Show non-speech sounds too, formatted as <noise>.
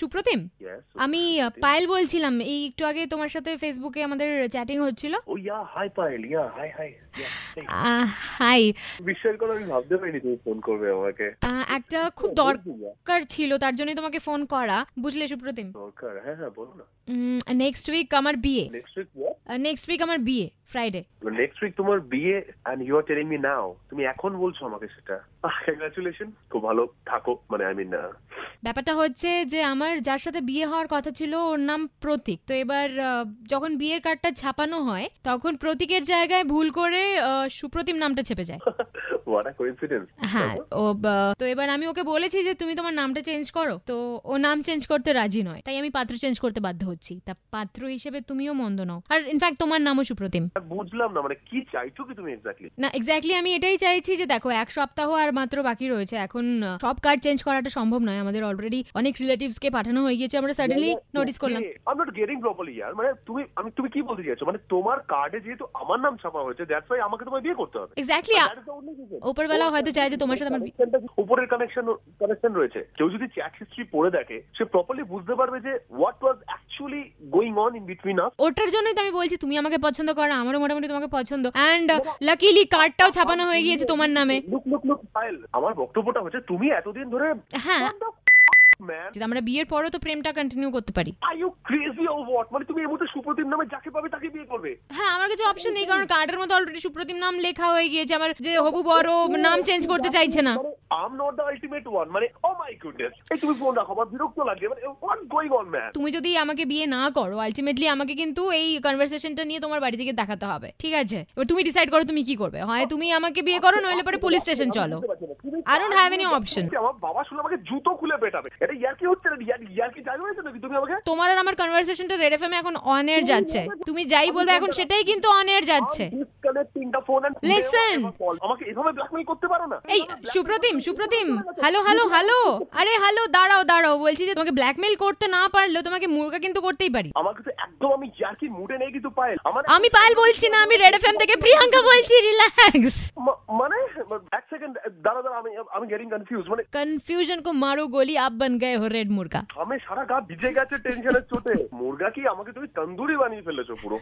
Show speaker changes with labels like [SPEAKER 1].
[SPEAKER 1] Supratim
[SPEAKER 2] Yes.
[SPEAKER 1] আমি আহ, পায়েল বলছিলাম এই একটু আগে তোমার সাথে ফেসবুকে আমাদের চ্যাটিং হচ্ছিল
[SPEAKER 2] Oh yeah, hi Payal. Yeah, hi, hi. Yeah. hey.
[SPEAKER 1] Hi
[SPEAKER 2] বিশ্বাস করো আমি ভাবতে পারিনি তুমি ফোন করবে আমাকে
[SPEAKER 1] একটা খুব দরকার ছিল তার জন্যই তোমাকে ফোন করা বুঝলে সুপ্রতিম
[SPEAKER 2] দরকার হ্যাঁ হ্যাঁ বলো না
[SPEAKER 1] নেক্সট উইক আমার বিয়ে
[SPEAKER 2] next week what
[SPEAKER 1] next week আমার বিয়ে ফ্রাইডে
[SPEAKER 2] নেক্সট উইক তোমার বিয়ে and you are telling me now তুমি এখন বলছো আমাকে সেটা কংগ্রাচুলেশন খুব ভালো থাকো মানে আই মিন <laughs>
[SPEAKER 1] ব্যাপারটা হচ্ছে যে আমার যার সাথে বিয়ে হওয়ার কথা ছিল ওর নাম প্রতীক তো এবার আহ, যখন বিয়ের কার্ডটা ছাপানো হয় তখন প্রতীকের জায়গায় ভুল করে আহ, সুপ্রতিম নামটা ছেপে যায়
[SPEAKER 2] হোয়াট আ কোইন্সিডেন্স
[SPEAKER 1] হ্যাঁ ও বা- তো এবার আমি ওকে বলেছি যে তুমি তোমার নামটা চেঞ্জ করো তো ও নাম চেঞ্জ করতে রাজি নয় তাই আমি পাত্র চেঞ্জ করতে বাধ্য হচ্ছি তা পাত্র হিসেবে তুমিও মন্দ নও আর ইনফ্যাক্ট তোমার নামও সুপ্রতিম
[SPEAKER 2] বুঝলাম না মানে কি চাইছো কি তুমি এক্স্যাক্টলি
[SPEAKER 1] না এক্স্যাক্টলি আমি এটাই চাইছি যে দেখো এক সপ্তাহ আর মাত্র বাকি রয়েছে এখন আহ, সব কার্ড চেঞ্জ করাটা সম্ভব নয় আমাদের অলরেডি অনেক রিলেটিভসকে পাঠানো হয়ে গিয়েছে আমরা সাডেনলি নোটিস করলাম
[SPEAKER 2] আই নট গেটিং প্রপারলি ইয়ার মানে তুমি আমি তুমি কি বলতে চাইছো মানে তোমার কার্ডে যেহেতু আমার নাম ছাপা হয়েছে দ্যাটস ওয়াই আমাকে তোমায় বিয়ে করতে হবে
[SPEAKER 1] exactly
[SPEAKER 2] That is the only reason.
[SPEAKER 1] ওপরবেলা হয়তো চায় যে তোমার সাথে আমার বি-
[SPEAKER 2] Connectionটা- উপরের কানেকশন কানেকশন রয়েছে কেউ যদি চ্যাট হিস্ট্রি পড়ে দেখে সে প্রপারলি বুঝতে পারবে যে what was actually going on in between us
[SPEAKER 1] ওটার জন্যই তো আমি বলছি তুমি আমাকে পছন্দ করো আমারও মোটামুটি তোমাকে পছন্দ uh, অ্যান্ড লাকিলি কার্ডটাও ছাপানো হয়ে গিয়েছে তোমার নামে
[SPEAKER 2] লুক লুক লুক ফাইল আমার বক্তব্যটা হচ্ছে তুমি এতদিন ধরে
[SPEAKER 1] হ্যাঁ
[SPEAKER 2] ম্যান
[SPEAKER 1] যে আমরা বিয়ের পরও তো প্রেমটা কন্টিনিউ করতে পারি
[SPEAKER 2] are you crazy oh what মানে তুমি এই মুহূর্তে সুপ্রতিম নামে যাকে পাবে তাকে বিয়ে করবে
[SPEAKER 1] হ্যাঁ আমার কাছে অপশন নেই কারণ কার্ডের মতো অলরেডি সুপ্রতিম নাম লেখা হয়ে গিয়েছে আমার যে হবু বড় নাম চেঞ্জ করতে চাইছে না
[SPEAKER 2] I'm not the ultimate one মানে ও মাই গুডনেস এই তুমি ফোন রাখো আমার বিরক্ত লাগে মানে হোয়াট গোয়িং অন ম্যান
[SPEAKER 1] তুমি যদি আমাকে বিয়ে না করো আলটিমেটলি আমাকে কিন্তু এই কনভারসেশনটা নিয়ে তোমার বাড়ি থেকে দেখাতে হবে ঠিক আছে এবার তুমি ডিসাইড করো তুমি কি করবে হয় তুমি আমাকে বিয়ে করো নইলে পরে পুলিশ স্টেশন চলো I don't have any option.
[SPEAKER 2] আচ্ছা, আমার বাবা শুনে আমাকে জুতো খুলে পেটাবে এটা ইয়ার কি হচ্ছে না ইয়ার ইয়ার কি জানো হয়েছে নাকি তুমি আমাকে
[SPEAKER 1] তোমার আর আমার কনভারসেশনটা রেড এফএম এখন অন এয়ার যাচ্ছে তুমি যাই বলবে এখন সেটাই কিন্তু অন এয়ার যাচ্ছে আচ্ছা। Listen.
[SPEAKER 2] লিসেন আমাকে এভাবে ব্ল্যাকমেল করতে পারো না
[SPEAKER 1] এই Supratim Supratim hello hello hello আরে হ্যালো দাঁড়াও দাঁড়াও বলছি যে তোমাকে ব্ল্যাকমেল করতে না পারলেও তোমাকে মুর্গা কিন্তু করতেই পারি
[SPEAKER 2] আমাকে তো একদম আমি ইয়ার কি মুডে নেই কিন্তু পায়েল আমার
[SPEAKER 1] আমি পায়েল বলছি না আমি রেড এফএম থেকে প্রিয়াঙ্কা বলছি রিল্যাক্স
[SPEAKER 2] মা- মানে এক সেকেন্ড দাঁড়া দাঁড়া আমি আমি গেটিং কনফিউজ মানে
[SPEAKER 1] কনফিউশন কো মারো গোলি আপ বন গয়ে হো রেড মুর্গা
[SPEAKER 2] আমি সারা গা ভিজে গেছে টেনশনের চোটে মুরগা কি আমাকে তুমি তন্দুরি বানিয়ে ফেলেছো পুরো